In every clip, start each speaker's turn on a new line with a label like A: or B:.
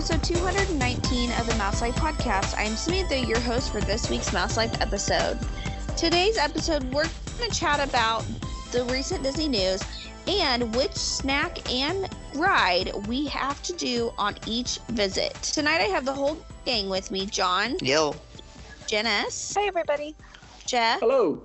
A: 219 of the Mouse Life podcast. I am Samantha, your host for this week's Mouse Life episode. Today's episode, we're going to chat about the recent Disney news and which snack and ride we have to do on each visit. Tonight, I have the whole gang with me John,
B: Yo.
A: Janice,
C: Hi, everybody.
A: Jeff,
D: Hello.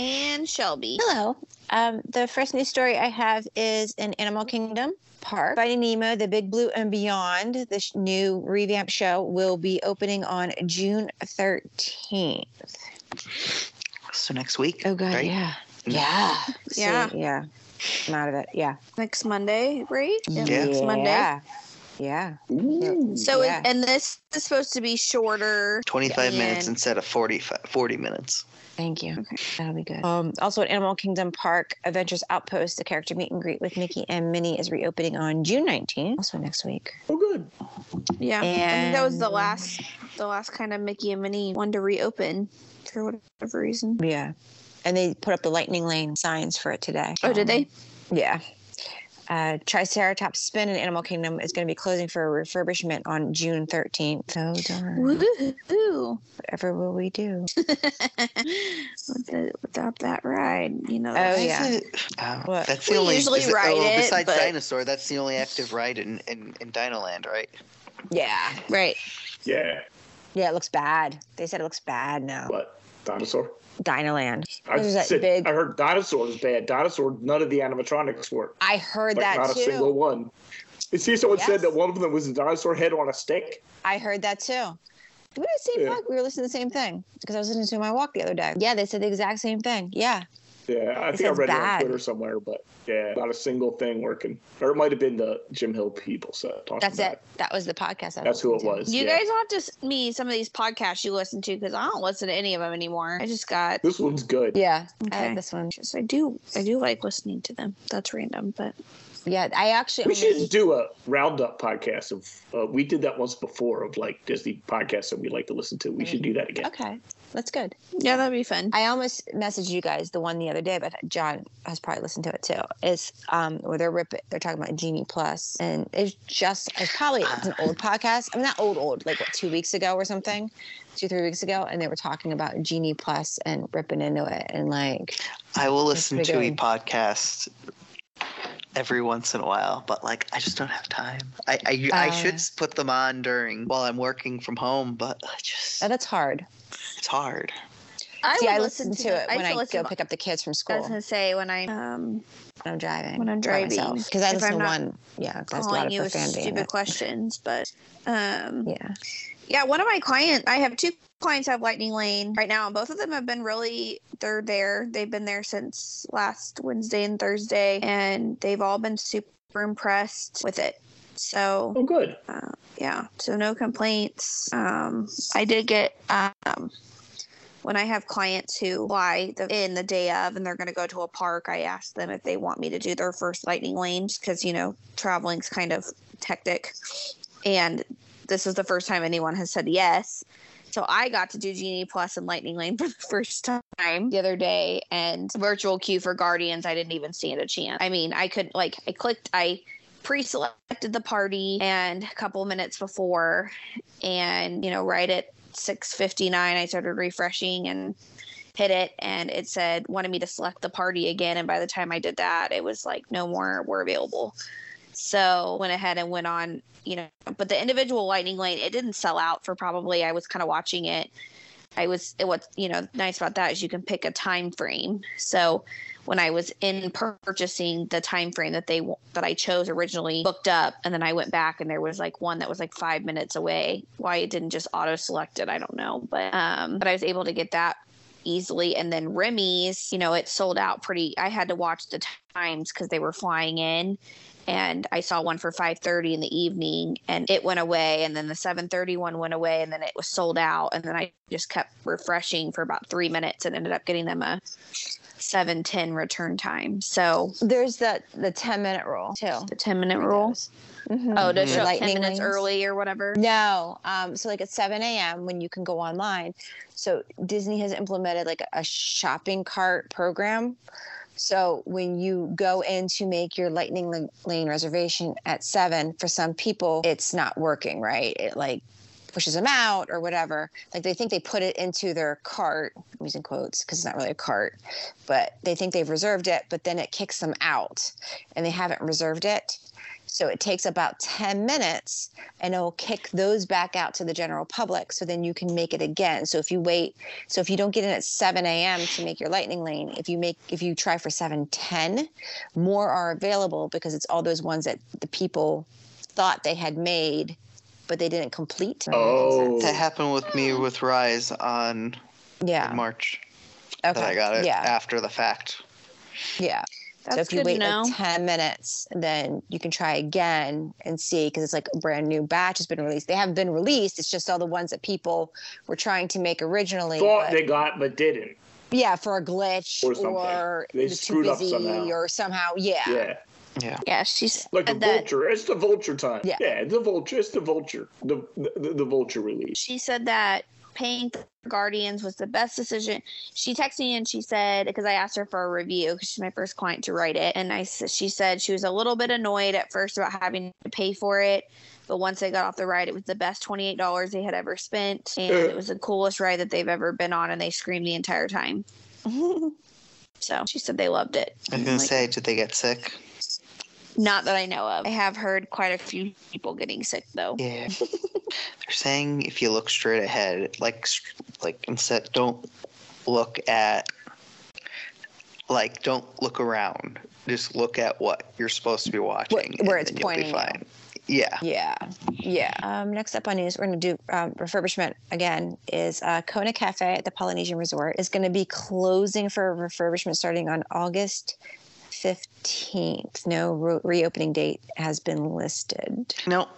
A: and Shelby.
C: Hello. Um, the first news story I have is in Animal Kingdom Park. Finding Nemo, The Big Blue, and Beyond, the sh- new revamp show, will be opening on June 13th.
B: So next week.
C: Oh, God.
B: right?
C: Yeah.
B: Mm.
C: Yeah.
A: Yeah.
C: So, yeah. I'm out of it. Yeah.
A: Next Monday, right?
B: Yeah.
A: Next Monday. Mm.
C: Yeah. Yeah.
A: So,
C: Yeah.
A: and this is supposed to be shorter.
B: 25 minutes
A: and-
B: instead of 40, 40 minutes.
C: Thank you. That'll be good. Um, also at Animal Kingdom Park, Adventures Outpost, the character meet and greet with Mickey and Minnie is reopening on June 19th. Also next week.
D: Oh, good.
A: Yeah, I think that was the
C: And-
A: last, the last kind of Mickey and Minnie one to reopen for whatever reason.
C: Yeah. And they put up the lightning lane signs for it today.
A: Oh, did they?
C: Yeah. Uh, Triceratops Spin in Animal Kingdom is going to be closing for a refurbishment on June 13th. So Oh, darn.
A: Woohoo!
C: Whatever will we do?
A: With the- Without that ride, you know.
C: Oh,
B: Why is
C: yeah.
B: it- oh,
C: What?
B: That's
A: We
B: the only.
A: usually
B: is it-
A: ride
B: oh,
A: it,
B: besides
A: but-
B: Dinosaur, that's the only active ride in, in, in Dinoland, right?
C: Yeah.
A: right.
D: Yeah.
C: Yeah, it looks bad. They said it looks bad now.
D: What? Dinosaur?
C: Dinoland.
D: I,
C: There's Oh. that
D: said,
C: big-
D: I heard dinosaur is bad. Dinosaur, none of the animatronics work.
C: I heard
D: Like,
C: that
D: not a single
C: too.
D: one. You see, someone
C: Yes.
D: said that one of them was a dinosaur head on a stick.
C: I heard that too. We were the same
D: Yeah.
C: book. We were listening to the same thing because I was listening to my walk the other day. Yeah, they said the exact same thing. Yeah.
D: Yeah, I
C: It
D: think I
C: says
D: read it on
C: bad.
D: Twitter somewhere, but yeah, not a single thing working. Or it might have been the Jim Hill people. So talking
C: That's
D: about
C: it. That was the podcast. I
D: That's who it
C: listened to.
D: was.
A: You
D: yeah.
A: guys will have to s- me some of these podcasts you listen to because I don't listen to any of them anymore. I just got.
D: This one's good.
C: Yeah. I
A: Okay.
C: like this one.
A: I do. I do like listening to them. That's random, but
C: Yeah. I actually.
D: We
C: only-
D: should do a roundup podcast of. Uh, we did that once before of like Disney podcasts that we like to listen to. We should do that again.
C: Okay. That's good.
A: yeah, that'd be fun.
C: I almost messaged you guys the one the other day, but John has probably listened to it too. Is um where they're ripping, they're talking about Genie Plus, and it's just it's probably it's an old podcast. I mean, not old, old, like what two weeks ago or something, two three weeks ago, and they were talking about Genie Plus and ripping into it and like
B: I will listen
C: pretty
B: to a
C: good.
B: podcast every once in a while, but like I just don't have time. I I, I
C: Uh.
B: should s- put them on during while I'm working from home, but I just
C: oh, that's hard.
B: it's hard.
A: I
C: See,
A: would
C: I listen to it when
A: used
C: I,
A: to listen
C: go
A: to-
C: pick up the kids from
A: I
C: school
A: was gonna say when I um
C: when I'm driving.
A: when I'm driving,
C: because I
A: if
C: listen
A: I'm
C: to
A: not
C: one. Yeah, that's a lot
A: calling
C: of
A: you with
C: profanity. in
A: stupid
C: it.
A: questions, but um
C: Yeah.
A: yeah, one of my client I have two clients have Lightning Lane right now, and both of them have been really they're there. They've been there since last Wednesday and Thursday, and they've all been super impressed with it. So
D: Oh, good.
A: uh, yeah, so no complaints. Um, I did get um, when I have clients who fly the, in the day of and they're going to go to a park, I ask them if they want me to do their first lightning lanes because you know traveling's kind of hectic, and this is the first time anyone has said yes. So I got to do Genie Plus and Lightning Lane for the first time the other day, and virtual queue for Guardians, I didn't even stand a chance. I mean, I could like I clicked, I pre-selected the party and a couple minutes before and you know right at 6:59 I started refreshing and hit it and it said wanted me to select the party again and by the time I did that it was like no more were available so went ahead and went on you know but the individual lightning lane it didn't sell out for probably I was kind of watching it I was it was you know nice about that is you can pick a time frame so when I was in purchasing the time frame that they that I chose originally booked up, and then I went back and there was like one that was like five minutes away. Why it didn't just auto select it, I don't know, but um, but I was able to get that easily. And then Remy's, you know, it sold out pretty. I had to watch the times because they were flying in. And I saw one for 5:30 in the evening, and it went away. And then the 7:30 one went away, and then it was sold out. And then I just kept refreshing for about three minutes, and ended up getting them a seven ten return time. So
C: There's that the 10 minute rule too.
A: the ten minute rule. Oh, to
B: Mhm.
A: show up ten
C: Lightning
A: minutes
C: lanes.
A: early or whatever.
C: Uh, No. Um, so like at 7 a.m. when you can go online. So Disney has implemented like a shopping cart program So when you go in to make your lightning L- lane reservation at seven, for some people, it's not working right. It like pushes them out or whatever. Like they think they put it into their cart. I'm using quotes because it's not really a cart, but they think they've reserved it, but then it kicks them out and they haven't reserved it. So it takes about 10 minutes and it'll kick those back out to the general public. So then you can make it again. So if you wait, so if you don't get in at 7 a.m. to make your lightning lane, if you make if you try for 710, more are available because it's all those ones that the people thought they had made, but they didn't complete.
D: Oh,
B: That happened with me with Rise on
C: Mm. Yeah.
B: March.
C: Okay.
B: That I got it
C: Yeah.
B: after the fact.
C: Yeah.
A: That's
C: so if you
A: good
C: wait
A: to know.
C: like 10 minutes, then you can try again and see because it's like a brand new batch has been released. They haven't been released. It's just all the ones that people were trying to make originally.
D: thought
C: but-
D: they got but didn't.
C: yeah, for a glitch
D: Or
C: or,
D: something. They
C: it was
D: screwed
C: too
D: up
C: busy
D: somehow.
C: or somehow. Yeah.
D: Yeah,
B: Yeah.
A: yeah, she's
D: like the
A: said that
D: vulture. It's the vulture time.
C: Yeah.
D: yeah, the vulture. It's the vulture. The the, the vulture release.
A: she said that paying for guardians was the best decision she texted me and she said because i asked her for a review because she's my first client to write it and i s- she said she was a little bit annoyed at first about having to pay for it but once they got off the ride it was the best $28 they had ever spent and
D: Yeah.
A: it was the coolest ride that they've ever been on and they screamed the entire time so she said they loved it
B: I was
A: I'm
B: gonna
A: like,
B: say, did they get sick?
A: not that i know of i have heard quite a few people getting sick though
B: Yeah. They're saying if you look straight ahead, like str- like instead don't look at like don't look around. Just look at what you're supposed to be watching.
C: where
B: and
C: it's
B: then you'll be
C: pointing you.
B: fine. Yeah.
C: Yeah. Yeah. Um, next up on news, we're going to do um, refurbishment again. Is uh, Kona Cafe at the Polynesian Resort is going to be closing for refurbishment starting on August 15th. No re- reopening date has been listed.
B: No,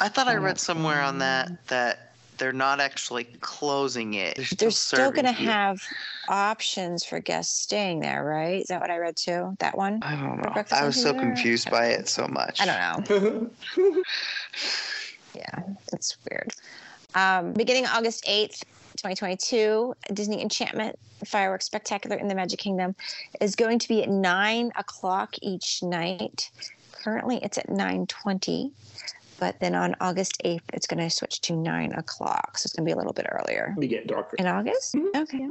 B: I thought I read somewhere on that that they're not actually closing it. They're still,
C: They're still going to
B: serving you.
C: have options for guests staying there, right? Is that what I read too? That one?
B: I don't know.
C: breakfast
B: I
C: and
B: was so
C: dinner?
B: confused by it so much.
C: I don't know. Yeah, it's weird. Um, beginning August 8th, 2022, Disney Enchantment Fireworks Spectacular in the Magic Kingdom is going to be at 9 o'clock each night. Currently, it's at 9.20, but then on August 8th, it's going to switch to 9 o'clock, so it's going to be a little bit earlier.
D: Be getting darker.
C: In August?
A: Mm-hmm.
C: Okay.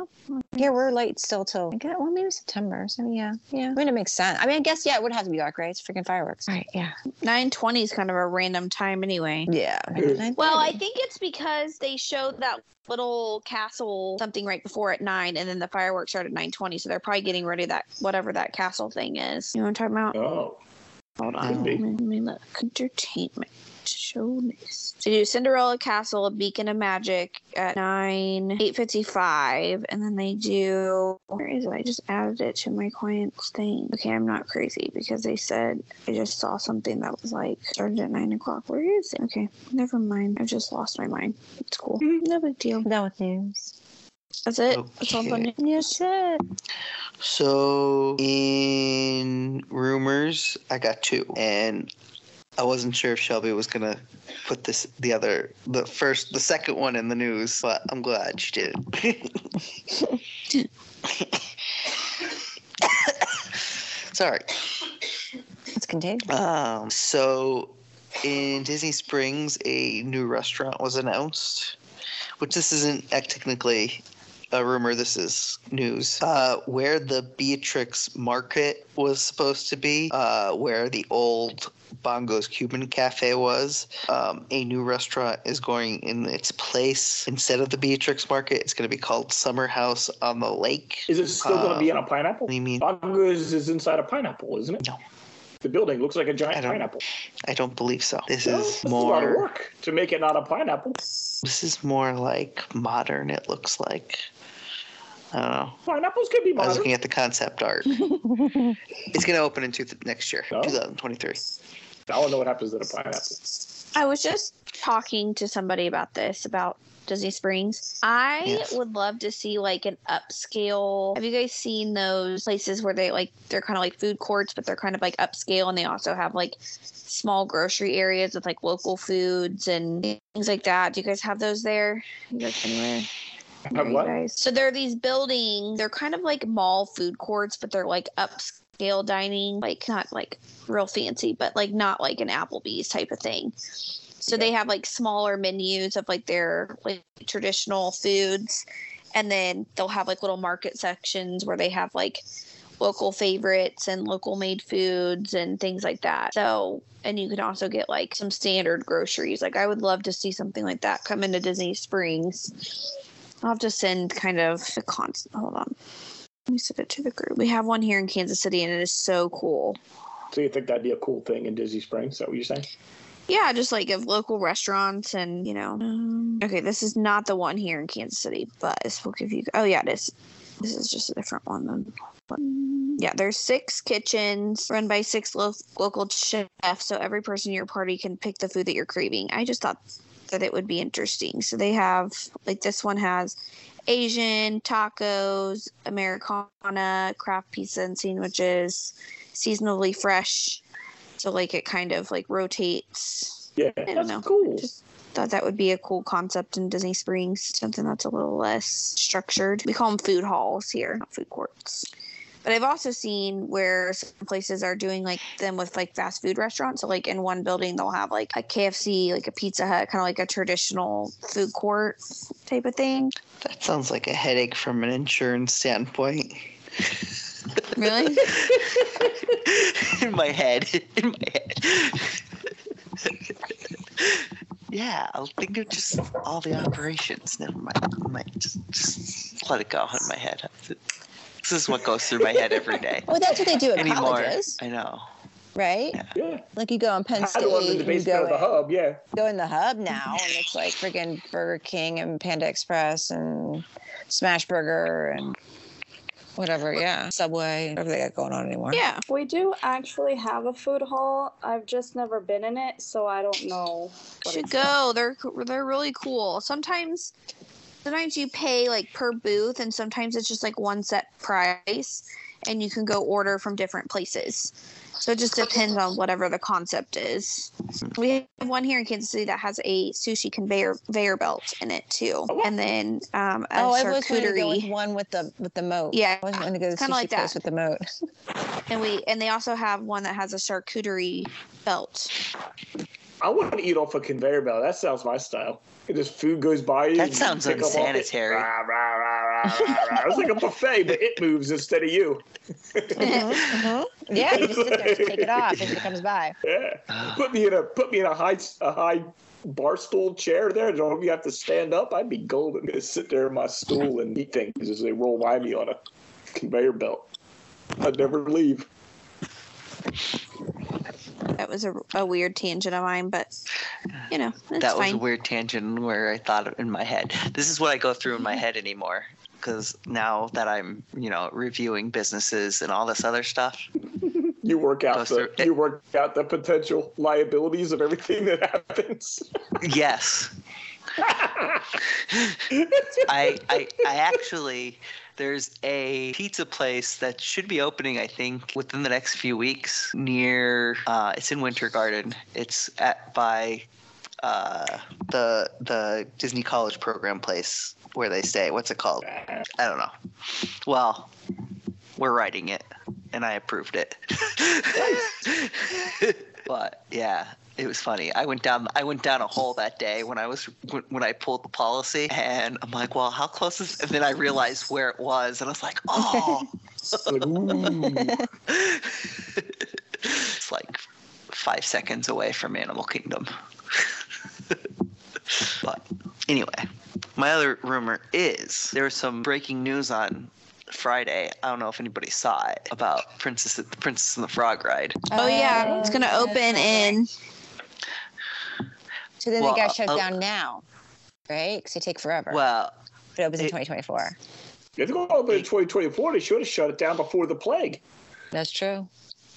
C: Yeah, we're late still till, I guess, well, maybe September. So, yeah, yeah. I mean, it makes sense. I mean, I guess, yeah, it would have to be dark, right? It's freaking fireworks. Right, yeah.
A: 920 is kind of a random time anyway
C: Yeah.
A: Well, I think it's because they showed that little castle something right before at nine, and then the fireworks started at nine twenty. So they're probably getting rid of that whatever that castle thing is. You know what I'm talking about?
D: Oh,
A: Hold
D: Could
A: on.
D: be.
A: Let me- let me look. Entertainment show list. So you do Cinderella Castle, a Beacon of Magic at nine eight fifty five, and then they do. Where is it? I just added it to my client's thing. Okay, I'm not crazy because they said I just saw something that was like started at nine o'clock. Where is it? Okay, never mind. I just lost my mind. It's cool. No big deal.
C: Done with news.
A: That's it. That's all the
B: Okay.
A: news.
C: Yes, it.
B: So in rumors, I got two, and I wasn't sure if Shelby was gonna put this the other the first the second one in the news, but I'm glad she did. Sorry.
C: It's contagious.
B: Um, so in Disney Springs, a new restaurant was announced, which this isn't uh, technically a rumor, this is news. Uh, where the Beatrix Market was supposed to be, uh, where the old Bongo's Cuban Cafe was, um, a new restaurant is going in its place. Instead of the Beatrix Market, it's going to be called Summer House on the Lake.
D: is it still going to be on a pineapple?
B: What do you mean?
D: Bongo's is inside a pineapple, isn't it?
B: No.
D: The building looks like a giant
B: I don't-
D: pineapple.
B: I don't believe so. This
D: No,
B: is
D: that's a lot of
B: more.
D: work to make it not a pineapple.
B: This is more like modern, it looks like. I don't know.
D: Pineapples can be
B: I was
D: modern.
B: looking at the concept art. it's going to open in two next year,
D: Oh.
B: 2023.
D: I don't know what happens to the pineapple.
A: I was just talking to somebody about this about Disney Springs. I
B: Yes.
A: would love to see like an upscale. Have you guys seen those places where they like they're kind of like food courts, but they're kind of like upscale, and they also have like small grocery areas with like local foods and things like that. Do you guys have those there? You guys anywhere? center, you
D: what?
A: guys. So there are these buildings. They're kind of like mall food courts, but they're like upscale dining, like not like real fancy, but like not like an Applebee's type of thing. So they have like smaller menus of like their like traditional foods, and then they'll have like little market sections where they have like local favorites and local made foods and things like that. So, and you can also get like some standard groceries. Like, I would love to see something like that come into Disney Springs. I'll have to send kind of a constant. Hold on. Let me send it to the group. We have one here in Kansas City and it is so cool.
D: So you think that'd be a cool thing in Disney Springs? Is that what you're saying?
A: Yeah, just like of local restaurants and, you know. Um, okay, this is not the one here in Kansas City, but this will give you. Oh, yeah, it is. This is just a different one. Than, but- yeah, there's six kitchens run by six lo- local chefs, so every person in your party can pick the food that you're craving. I just thought that it would be interesting. So they have, like, this one has Asian, tacos, Americana, craft pizza and sandwiches, seasonally fresh. So, like, it kind of like rotates
D: Yeah,
A: don't
D: that's
A: know.
D: cool.
A: Just- thought that would be a cool concept in Disney Springs, something that's a little less structured. We call them food halls here, not food courts. But I've also seen where some places are doing like them with like fast food restaurants. So like in one building they'll have like a KFC, like a Pizza Hut, kind of like a traditional food court type of thing.
B: That sounds like a headache from an insurance standpoint.
A: Really?
B: in my head. In my head. yeah, I'll think of just all the operations. Never mind. I might just, just let it go in my head. This is what goes through my head every day.
C: Well, that's what they do at
B: Anymore.
C: colleges,
B: I know.
C: right?
D: Yeah.
C: Like you go on Penn
D: I
C: State,
D: do one in the
C: you
D: basement
C: go
D: of the
C: in,
D: hub. Yeah.
C: go in the hub now, and it's like freaking Burger King and Panda Express and Smash Burger and whatever. Yeah, Subway, whatever they got going on anymore.
A: yeah.
E: We do actually have a food hall. I've just never been in it, so I don't know. what
A: should
E: it's
A: go. They're co- they're really cool. Sometimes sometimes you pay like per booth and sometimes it's just like one set price and you can go order from different places. So it just depends on whatever the concept is. We have one here in Kansas City that has a sushi conveyor conveyor belt in it too. And then um a
C: Oh, I've always wanted to go with
A: charcuterie.
C: one with the with the moat.
A: Yeah,
C: I always wanted to go to the
A: kinda
C: sushi
A: like that.
C: place with the moat.
A: And we and they also have one that has a charcuterie belt.
D: I want to eat off a conveyor belt. That sounds my style. Just food goes by you.
B: That
D: you
B: sounds
D: pick up off it.
B: unsanitary.
D: Rah, rah, rah, rah, rah, rah. It's like a buffet, but it moves instead of you.
C: Mm-hmm.
A: Mm-hmm,
C: Yeah, you just sit there and take it off as it comes by.
D: Yeah. Put me in a put me in a high a high bar stool chair there. Don't have you have to stand up. I'd be golden. Just sit there in my stool and eat things as they roll by me on a conveyor belt. I'd never leave.
A: that was a, a weird tangent of mine, but you know, it's
B: that was
A: fine.
B: a weird tangent where I thought in my head. This is what I go through in my head anymore. Because now that I'm, you know, reviewing businesses and all this other stuff,
D: You work out
B: Goes
D: the
B: through-
D: you work out the potential liabilities of everything that happens.
B: yes, I, I I actually there's a pizza place that should be opening I think within the next few weeks near uh, it's in Winter Garden. It's at by uh, the the Disney College program place where they stay. What's it called? I don't know. Well, we're writing it and I approved it. but yeah, it was funny. I went down I went down a hole that day when I was when, when I pulled the policy and I'm like, "Well, how close is?" And then I realized where it was and I was like, "Oh."
D: Like, ooh.
B: it's like 5 seconds away from Animal Kingdom. but anyway, my other rumor is there was some breaking news on Friday. I don't know if anybody saw it about Princess the Princess and the Frog ride.
A: oh
C: Uh,
A: yeah, it's gonna open in
C: So then
B: Well,
C: they got shut
B: uh,
C: down now, right? Because they take forever.
B: Well,
C: it opens in
B: it-
C: 2024.
D: If they're going to open in 2024, they should have shut it down before the plague.
C: That's true.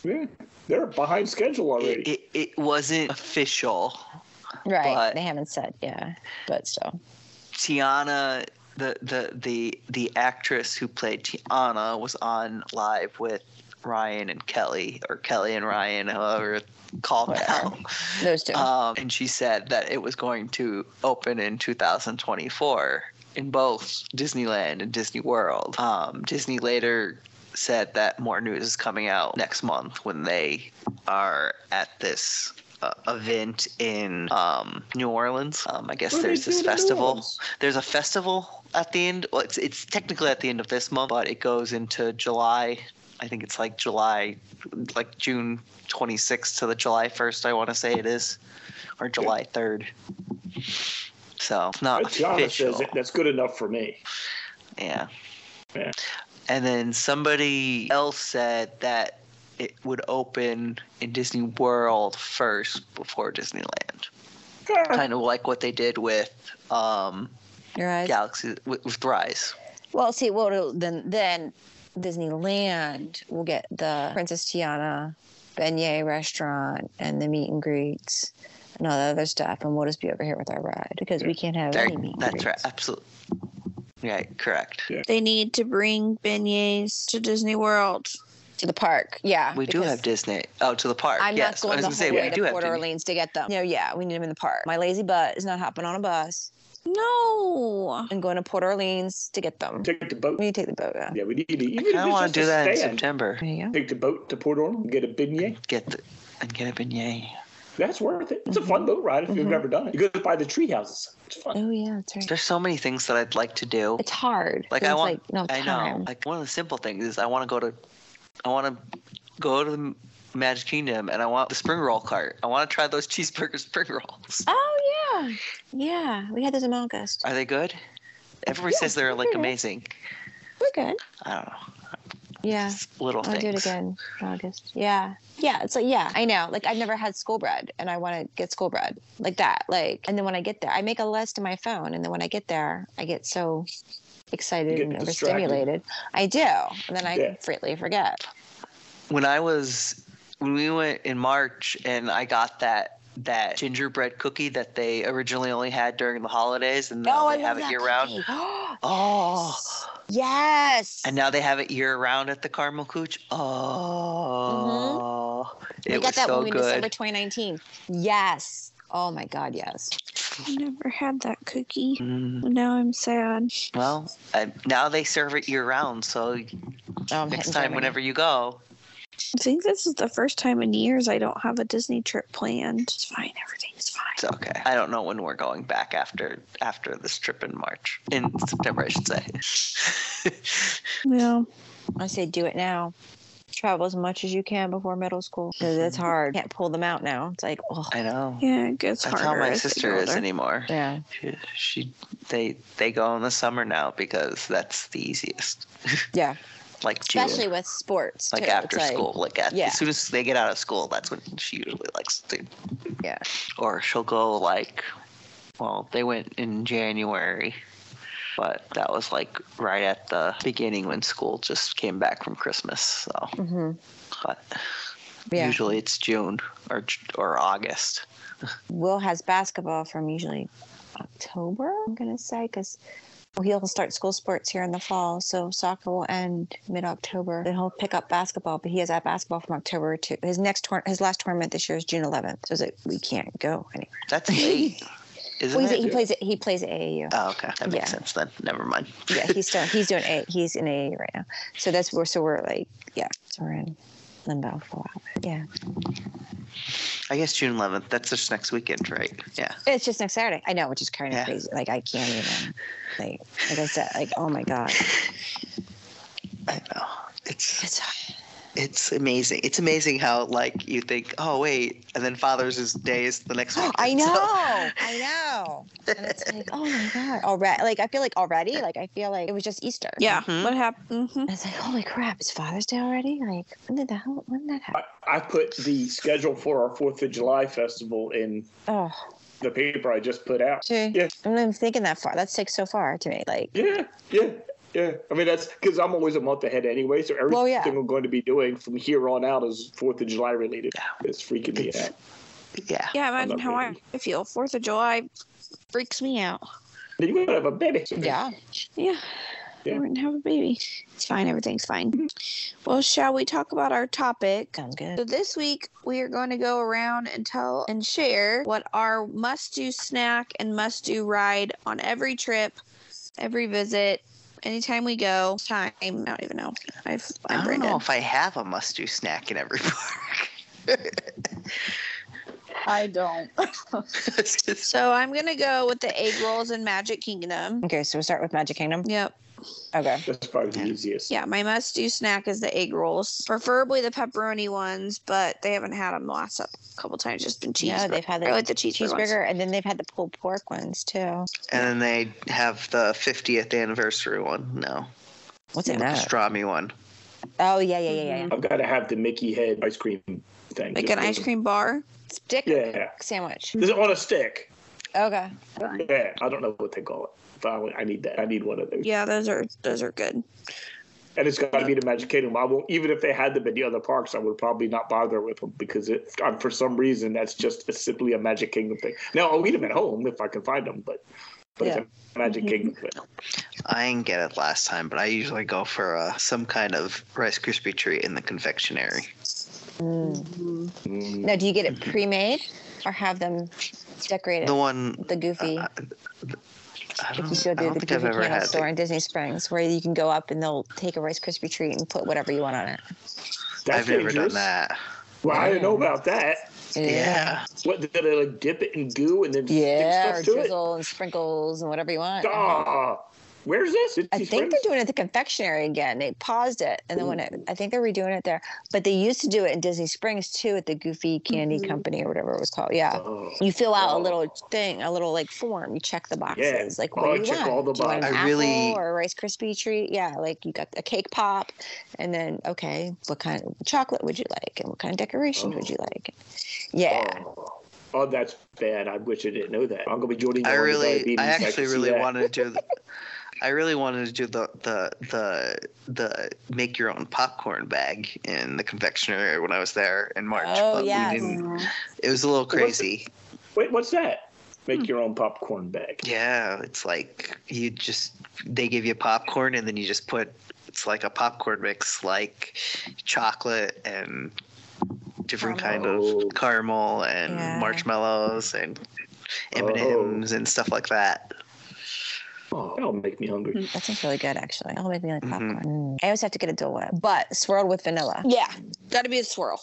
D: Yeah, they're behind schedule
B: it,
D: already.
B: it, it wasn't official.
C: Right.
B: But-
C: they haven't said, yeah, but still.
B: Tiana, the the the the actress who played Tiana, was on live with Ryan and Kelly, or Kelly and Ryan, however called now. Uh,
C: Those two.
B: Um, and she said that it was going to open in 2024. in both Disneyland and Disney World. Um, Disney later said that more news is coming out next month when they are at this uh, event in um, New Orleans. Um, I guess
D: What do
B: there's
D: they
B: this
D: do in New
B: festival.
D: Orleans?
B: There's a festival at the end. Well, it's, it's technically at the end of this month, but it goes into July. I think it's like July, like June 26th to the July 1st, I want to say it is, or July 3rd. So it's not
D: But Gianna
B: official.
D: says it, that's good enough for me.
B: Yeah.
D: Yeah.
B: And then somebody else said that it would open in Disney World first before Disneyland. Kind of like what they did with um,
C: Your eyes.
B: Galaxy with, with Rise.
C: Well, see, well, it'll- then then Disneyland will get the Princess Tiana beignet restaurant and the meet and greets and all the other stuff, and we'll just be over here with our ride because we can't have
B: There-
C: any meet and
B: that's right.
C: greets.
B: Absolutely. Right. Correct.
A: They need to bring beignets to Disney World.
C: To the park, yeah.
B: We do
C: because
B: have Disney. Oh, to the park.
C: I'm
B: yes.
C: not going
B: I
C: the
B: was
C: whole
B: gonna say
C: way
B: we do
C: to
B: have
C: Port
B: Disney.
C: Orleans to get them. No, yeah, we need them in the park. My lazy butt is not hopping on a bus
A: No.
C: and going to Port Orleans to get them.
D: Take the boat.
C: We need to take the boat. Yeah.
D: Yeah, we need to. Even
B: I
D: if
B: kind of
D: it's
B: want
D: just
B: to do
D: a
B: that in
D: stand,
B: September.
C: There you go.
D: Take the boat to Port Orleans, get a beignet.
B: Get the, and get a beignet.
D: That's worth it. It's a
B: Mm-hmm.
D: fun boat ride if you've
C: Mhm.
D: never done it. You go by the tree houses. It's fun.
C: Oh yeah, that's right.
B: There's so many things that I'd like to do.
C: It's hard.
B: Like,
C: 'cause
B: I
C: it's
B: want-
C: like, no
B: I
C: time.
B: know. Like one of the simple things is I want to go to, I want to go to the Magic Kingdom and I want the spring roll cart. I want to try those cheeseburger spring rolls.
C: Oh yeah, yeah. We had those in August.
B: Are they good? Everybody
C: Yeah,
B: says they're like
C: they're good.
B: amazing.
C: We're good.
B: I don't know.
C: Yeah,
B: Just little
C: I'll
B: things.
C: do it again in August. Yeah, yeah. It's like yeah, I know. Like I've never had school bread, and I want to get school bread like that. Like, and then when I get there, I make a list in my phone, and then when I get there, I get so excited
D: get
C: and
D: distracted.
C: overstimulated. I do, and then I
D: Yeah.
C: freely forget.
B: When I was when we went in March and I got that that gingerbread cookie that they originally only had during the holidays and now
C: oh, I
B: they have it
C: love
B: year
C: that
B: round.
C: cake.
B: Oh.
C: yes.
B: And now they have it year round at the Carmel Cooch. Oh, it
C: Mm-hmm. we
B: was
C: got that
B: so
C: one in
B: good.
C: December 2019. Yes. Oh my God, yes.
A: I never had that cookie.
B: Mm,
A: Now I'm sad.
B: well, I, now they serve it year round. So
C: Oh, I'm
B: next
C: hitting
B: time,
C: Germany.
B: whenever you go,
A: I think this is the first time in years I don't have a Disney trip planned. It's fine. Everything's
B: it's
A: fine.
B: okay. I don't know when we're going back after after this trip in March, in September, I should say.
A: Yeah.
C: I say do it now. Travel as much as you can before middle school because it's
B: Mm-hmm.
C: hard. Can't pull them out now. It's like, oh,
B: I know.
A: Yeah, it gets
B: That's
A: harder.
B: how my
A: as they get
B: sister is
A: older.
B: anymore.
C: yeah.
B: She, she they they go in the summer now because that's the easiest.
C: Yeah.
B: Like June.
C: Especially with sports.
B: like
C: too. It's
B: after school like at,
C: yeah.
B: as soon as they get out of school that's when she usually likes to
C: Yeah.
B: or she'll go like well they went in january but that was like right at the beginning when school just came back from christmas so
C: hmm
B: but
C: Yeah.
B: Mm-hmm. usually it's june or or august
C: Will has basketball from usually October, I'm going to say, because he'll start school sports here in the fall. So soccer will end mid October. Then he'll pick up basketball, but he has that basketball from October to his next tour- his last tournament this year is June 11th. So it's like, we can't go anywhere.
B: that's late isn't
C: Well, he's-
B: it
C: he plays it. He plays at AAU.
B: oh okay that makes
C: Yeah.
B: sense then never mind
C: yeah, he's still he's doing a he's in AA right now. So that's where so we're like yeah, so we're in limbo for a while. Yeah,
B: i guess june 11th that's just next weekend right yeah
C: it's just next Saturday. I know, which is kind of
B: Yeah.
C: crazy. Like I can't even like like I said like oh my god,
B: i know it's
C: it's
B: It's amazing. It's amazing how like you think, oh wait, and then Father's Day is the next week.
C: I know I know. And it's like oh my god already like I feel like already like I feel like it was just Easter.
A: Yeah.
B: Mhm.
A: What happened? hmm
C: And It's like holy crap! It's Father's Day already. Like when did the hell when did that happen?
D: I, I put the schedule for our Fourth of July festival in
C: Oh,
D: the paper I just put out.
C: gee.
D: Yeah.
C: I'm not even thinking that far. That's like so far to me. Like
D: Yeah, yeah, yeah. I mean, that's because I'm always a month ahead anyway. So everything
C: Well, yeah.
D: I'm going to be doing from here on out is Fourth of July related. It's freaking me
B: It's-
D: out.
B: Yeah.
A: Yeah, imagine
D: not
A: how I
D: ready.
A: feel. Fourth of July freaks me out.
D: Then you're gonna have a baby.
C: yeah,
A: Yeah.
D: Yeah.
A: I wouldn't have a baby. It's fine. Everything's fine. Well, shall we talk about our topic?
C: sounds
A: So
C: good.
A: this week we are going to go around and tell and share what our must-do snack and must-do ride on every trip every visit, anytime we go, time. I don't even know. I've
B: I
A: I'm
B: don't
A: brain
B: know
C: Oh.
A: dead.
B: if I have a must do snack in every park.
E: I don't.
B: It's just-
A: So I'm gonna go with the egg rolls in Magic Kingdom.
C: Okay, so we'll start with Magic Kingdom.
A: Yep.
C: Okay.
D: That's probably the
B: Yeah.
D: easiest.
A: Yeah, my must do snack is the egg rolls, preferably the pepperoni ones, but they haven't had them the last couple times. Just been cheese.
C: No, they've had the
A: I like the cheeseburger. ones.
C: cheeseburger, and then they've had the pulled pork ones too.
B: and then they have the 50th anniversary one. No,
C: What's in
B: the
C: that?
B: pastrami one.
C: Oh yeah, yeah, yeah, yeah.
B: Mm-hmm.
C: yeah.
D: I've got to have the Mickey head ice cream thing.
A: Like
D: Just
A: an ice
D: a-
A: cream bar.
C: Stick
D: Yeah.
C: sandwich.
D: Is it on a stick?
C: Okay.
D: Yeah. I don't know what they call it. But I want- I need that. I need one of those.
A: Yeah, those are those are good.
D: And it's got to be the Magic Kingdom. I won't, even if they had them in the other parks, I would probably not bother with them because it, uh, for some reason that's just a, simply a Magic Kingdom thing. Now oh, I'll eat them at home if I can find them, but but
C: Yeah. Mm-hmm.
D: it's a Magic Kingdom thing.
B: I didn't get it last time, but I usually go for uh, some kind of Rice Krispie treat in the confectionery.
C: Mm.
E: Mm.
B: Mm-hmm.
C: Now, do you get it pre-made or have them decorated?
B: The one,
C: the goofy.
B: uh, I
C: if
B: don't,
C: you still
B: I
C: do
B: don't
C: the
B: think I've
C: goofy
B: ever
C: candle
B: had.
C: store
B: The,
C: in Disney Springs, where you can go up and they'll take a Rice Krispie treat and put whatever you want on it.
D: That's
B: I've never done
D: dangerous.
B: that.
D: Well, I didn't know about that.
B: Yeah.
D: What did they like dip it in goo and then
C: Yeah, or
D: stick stuff to
C: drizzle and sprinkles and whatever you want.
D: it? Ah, where's this? Did
C: I
D: you
C: think
D: spread
C: they're
D: it?
C: doing it at the confectionery again. They paused it, and then when it, I think they're redoing it there. But they used to do it in Disney Springs too, at the Goofy Candy
D: Mm-hmm.
E: Mhm.
C: Company or whatever it was called. Yeah,
D: Oh.
C: you fill out a
D: Oh.
C: little thing, a little like form. You check the boxes, like what
D: Oh,
C: do you
D: check
C: want?
D: all the
C: do you want an
B: boxes. I
C: apple
B: really-
C: or a Rice Krispie treat? Yeah, like you got a cake pop, and then okay, what kind of chocolate would you like, and what kind of decoration would
D: Oh.
C: you like? Yeah,
D: Oh. Oh, that's bad. I wish I didn't know that. I'm gonna be joining. you
B: I
D: on the
B: really,
D: diabetes.
B: I
D: can
B: actually
D: see
B: really
D: that.
B: wanted to do. I really wanted to do the the the the make your own popcorn bag in the confectionery when I was there in March.
C: Oh,
B: but we
C: yes.
E: Um,
B: didn't- it was a little crazy.
D: Wait, what's that?
C: Hmm.
D: Make your own popcorn bag.
B: Yeah, it's like you just they give you popcorn and then you just put it's like a popcorn mix like chocolate and different kind
D: Caramel.
B: of caramel and
C: Oh. Yeah.
B: marshmallows and M&Ms and stuff like that.
D: Oh, that'll make me hungry.
C: that sounds really good actually. That'll make me like
B: Mhm.
C: popcorn. I always have to get a Dole Whip, but swirled with vanilla.
A: Yeah, gotta be a swirl.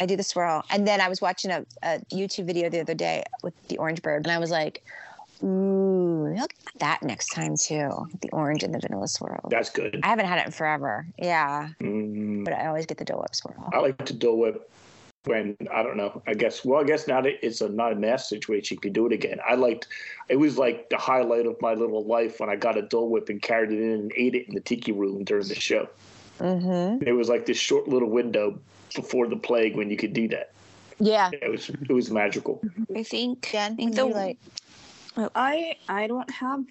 C: I do the swirl. And then I was watching a, a YouTube video the other day with the orange bird, and I was like, ooh, look at that next time too. The orange and the vanilla swirl.
D: That's good.
C: I haven't had it in forever. Yeah.
D: Mm,
C: But I always get the Dole Whip swirl.
D: I like to Dole Whip when I don't know. I guess well, I guess now that it's a not a mass situation, you can do it again. I liked. It was like the highlight of my little life when I got a Dole Whip and carried it in and ate it in the Tiki Room during the show.
C: Mm-hmm.
D: It was like this short little window before the plague when you could do that.
C: Yeah.
D: It was it was magical.
A: I think.
C: Jen,
A: think
C: what
A: the-
C: do you like?
E: I I don't have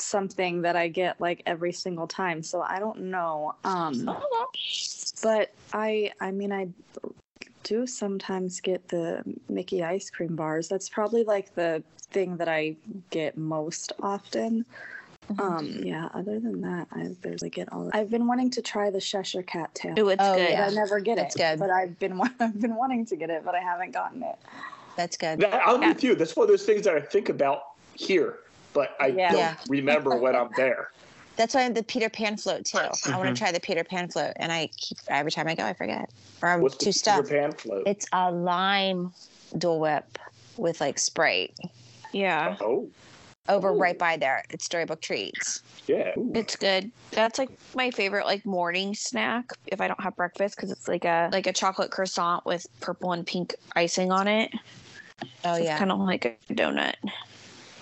E: something that I get like every single time, so I don't know. Um, but I I mean I do sometimes get the Mickey ice cream bars. That's probably like the thing that I get most often. Um, yeah. Other than that, I barely get all. I've been wanting to try the Cheshire Cat tail.
A: Ooh, it's
C: Oh,
A: good.
E: but
C: yeah.
E: I never get
C: that's
E: it.
C: good.
E: But I've been wa- I've been wanting to get it, but I haven't gotten it.
C: That's good.
D: That, I'm with you. That's one of those things that I think about here, but I
E: Yeah.
D: don't
C: Yeah.
D: remember when I'm there.
C: That's why I have the Peter Pan float too. I
D: Mm-hmm.
C: want to
B: Mhm.
C: try the Peter Pan float, and I keep every time I go, I forget or I'm
D: What's
C: too
D: the
C: stuffed.
D: Peter Pan float?
C: It's a lime Dole Whip with like Sprite
A: Yeah,
D: oh,
C: over
D: Ooh.
C: right by there. It's Storybook Treats.
D: yeah. Ooh.
A: it's good. That's like my favorite like morning snack if I don't have breakfast because it's like a like a chocolate croissant with purple and pink icing on it.
C: Oh yeah,
A: kind of like a donut.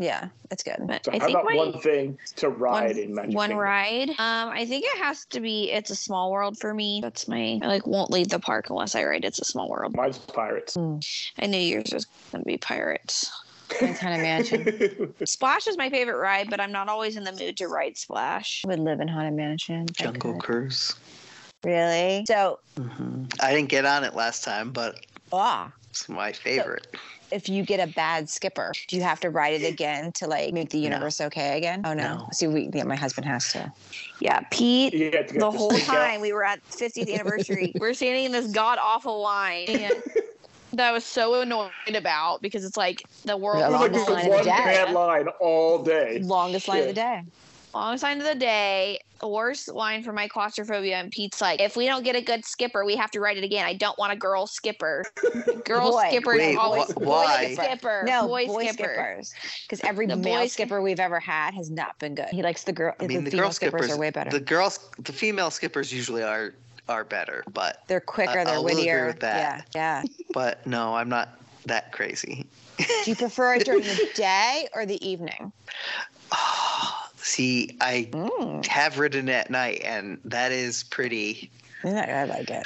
C: yeah, that's good.
A: But
D: so
A: I
D: how
A: think
D: about
A: my
D: one thing to ride in Magic
A: one
D: Kingdom?
A: ride. Um, I think it has to be It's a Small World for me. That's my I like won't leave the park unless I ride It's a Small World.
D: Mine's
A: Mm.
D: Pirates.
A: I knew yours was gonna be Pirates.
C: Montana Mansion.
A: Splash is my favorite ride, but I'm not always in the mood to ride Splash.
C: I would live in haunted mansion. if I
B: Jungle
C: could.
B: Cruise.
C: Really? So, Mm-hmm.
B: hmm I didn't get on it last time, but
C: ah,
B: it's my favorite.
C: if you get a bad skipper, do you have to ride it again to like make the
B: No.
C: universe okay again? Oh no.
B: No.
C: See, we, yeah, my husband has to.
A: Yeah, Pete.
D: You have to
A: The
D: get to
A: whole
D: sneak out.
A: time we were at 50th anniversary, we're standing in this god awful line and that I was so annoyed about because it's like the world.
C: It was
D: It was
C: along
D: like
C: the line
D: this
C: of
D: one
C: death.
D: bad line all day.
C: Longest line of the day.
A: Long sign of the day. The worst line for my claustrophobia. And Pete's like, if we don't get a good skipper, we have to write it again. I don't want a girl skipper. Girl
C: Boy.
A: skipper
B: Wait,
A: is always
B: wh-
A: boy
B: why?
A: skipper.
C: No,
A: boy,
C: boy,
A: skipper.
C: skippers. Because every
A: The
C: male
A: boy-
C: skipper we've ever had has not been good. He likes the girl.
B: I mean,
C: the,
B: the,
C: female
B: girl
C: skippers,
B: skippers
C: are way better.
B: The girls, the female skippers usually are are better, but
C: they're quicker.
B: I-
C: they're
B: I will agree
C: wittier.
B: with that.
C: Yeah,
B: but no, I'm not that crazy.
C: yeah. Do you prefer it during the day or the evening?
B: See, I
C: Mm,
B: have ridden at night, and that is pretty.
C: yeah, I like it.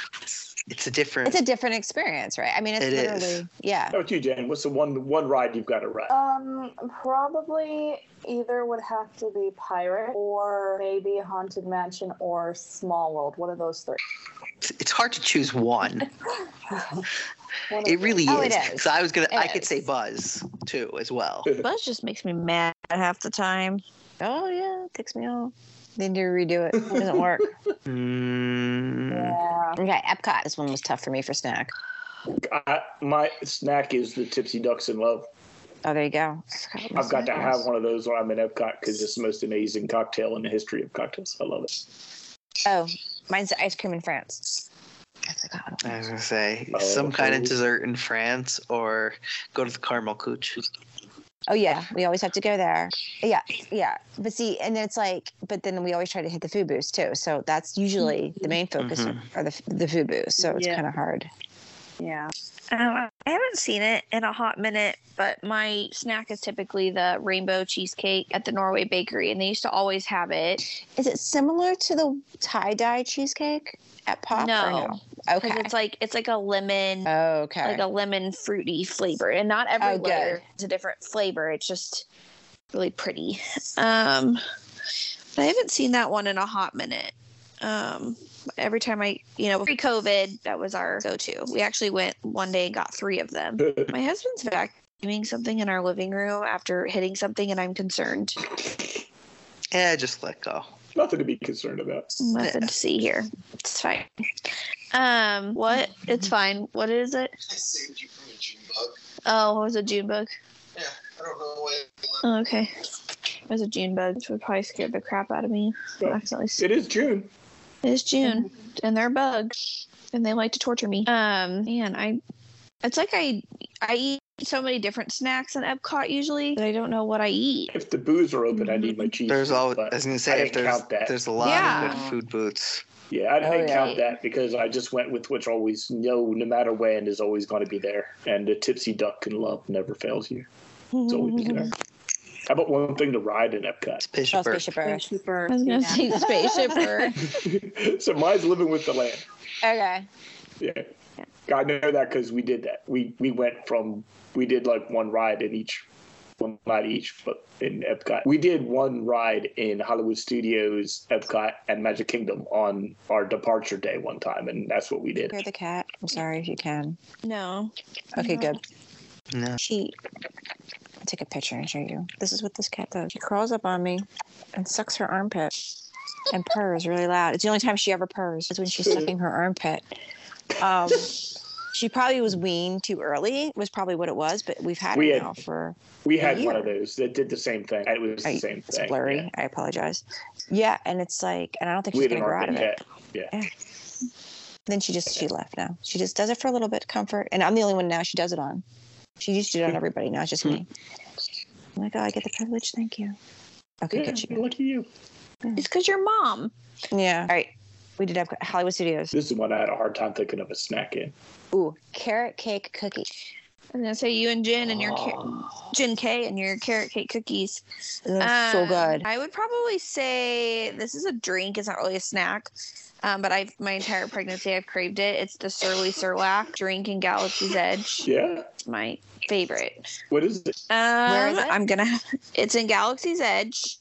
B: It's a different.
C: It's a different experience, right? I mean, it's
B: It is.
C: literally yeah.
D: How about you, Jen? What's the one one ride you've got to
A: Oh.
D: ride?
E: Um, probably either would have to be pirate or maybe haunted mansion or small world. One of those three.
B: it's, it's hard to choose one.
E: One of
B: It really
C: Oh, it
B: is.
C: is.
B: 'Cause I was gonna,
C: It
B: I could
C: is.
B: say Buzz too as well.
A: Buzz just makes me mad half the time.
C: Oh yeah, it takes me off. Then you redo it. It doesn't work.
B: Mm,
E: Yeah.
C: okay, Epcot. This one was tough for me for snack.
D: I, my snack is the Tipsy Ducks in Love.
C: Oh, there you go.
D: I've got to have one of those when I'm in Epcot because it's the most amazing cocktail in the history of cocktails. I love it.
C: Oh, mine's ice cream in France. I forgot. what it
B: I was gonna say
D: Oh,
B: some kind of
D: okay.
B: dessert in France, or go to the Carmel Cooch.
C: Oh yeah, we always have to go there. Yeah, yeah. But see, and it's like, but then we always try to hit the food booths too. So that's usually the main focus
B: Mhm.
D: Mm-hmm.
C: are the the food booths. So it's
E: Yeah.
C: kind of hard.
E: Yeah.
A: Um, I haven't seen it in a hot minute, but my snack is typically the rainbow cheesecake at the Norway Bakery, and they used to always have it.
C: Is it similar to the tie dye cheesecake at Pop? Or no.
A: No, because
C: Okay.
A: it's like it's like a lemon,
C: okay.
A: like a lemon fruity flavor, and not
C: Oh,
A: every
C: good.
A: layer is a different flavor. It's just really pretty. Um, but I haven't seen that one in a hot minute. Um, every time I, you know, pre-COVID, that was our go-to. We actually went one day and got three of them. My husband's vacuuming something in our living room after hitting something, and I'm concerned.
B: Yeah, just let go.
D: Nothing to be concerned about.
A: Nothing to see here. It's fine. Um, what? It's fine. What is it?
F: I saved you from a June bug.
A: Oh, it was a June bug.
F: I don't know why.
A: Oh, okay. It was a June bug, which would probably scare the crap out of me.
D: Yeah.
A: Accidentally. s-
D: It is June.
A: It's June, and they're bugs, and they like to torture me. Um, man, I. It's like I I eat so many different snacks in Epcot usually that I don't know what I eat.
D: If the booths are open, I need my cheese.
B: There's
D: food,
B: all. I
D: but-
B: was gonna
D: I
B: say if
D: didn't
B: there's
D: count that.
B: there's a lot
A: Yeah.
B: of good food booths.
D: Yeah, I
C: Oh,
D: didn't
C: yeah.
D: count that because I just went with which always no, no matter when is always going to be there, and the tipsy duck in love never fails you. It's always there. How about one thing to ride in Epcot?
B: It's Bishop.
C: Oh,
B: Burke.
C: Spaceship Earth.
E: Cheaper.
A: I was gonna say spaceship or
D: so mine's living with the land.
C: Okay.
D: Yeah. I know that because we did that. We we went from we did like one ride in each, well not each, but in Epcot. We did one ride in Hollywood Studios, Epcot, and Magic Kingdom on our departure day one time, and that's what we did.
C: Hear the cat. I'm sorry if you can.
A: no.
C: Okay,
A: No.
C: good.
D: Mm-hmm.
B: No.
C: She. I'll take a picture and show you. This is what this cat does. She crawls up on me and sucks her armpit and purrs really loud. It's the only time she ever purrs is when she's sucking her armpit. Um, she probably was weaned too early, was probably what it was, but we've had
D: We
C: it
D: had-
C: now for
D: We had
C: Yeah.
D: one of those that did the same thing. and It was the
C: I-
D: same
C: it's
D: thing.
C: blurry.
D: yeah.
C: I apologize. Yeah, and it's like, and I don't think
D: We
C: she's
D: had
C: gonna
D: an
C: grow out
D: armpit
C: of it.
D: cat. Yeah.
C: Then she just she left now. She just does it for a little bit of comfort, and I'm the only one now she does it on. She used to do it on everybody. Now it's just me. I'm like, oh, I get the privilege. Thank you. Okay,
D: Yeah,
C: good. She go.
D: look at you.
A: It's because your mom.
C: Yeah. All right. We did have Hollywood Studios.
D: This is one I had a hard time thinking of a snack in.
C: Ooh, carrot cake cookie.
A: I was gonna say you and Jen and your ca- Jen K and your carrot cake cookies.
C: Ugh, Oh. so
A: Um,
C: good.
A: I would probably say this is a drink. It's not really a snack, um, but I've my entire pregnancy I've craved it. It's the Surly Sirlac drink in Galaxy's Edge.
D: Yeah.
A: It's my favorite.
D: What is it?
A: Um,
C: is it?
A: I'm gonna. It's in Galaxy's Edge.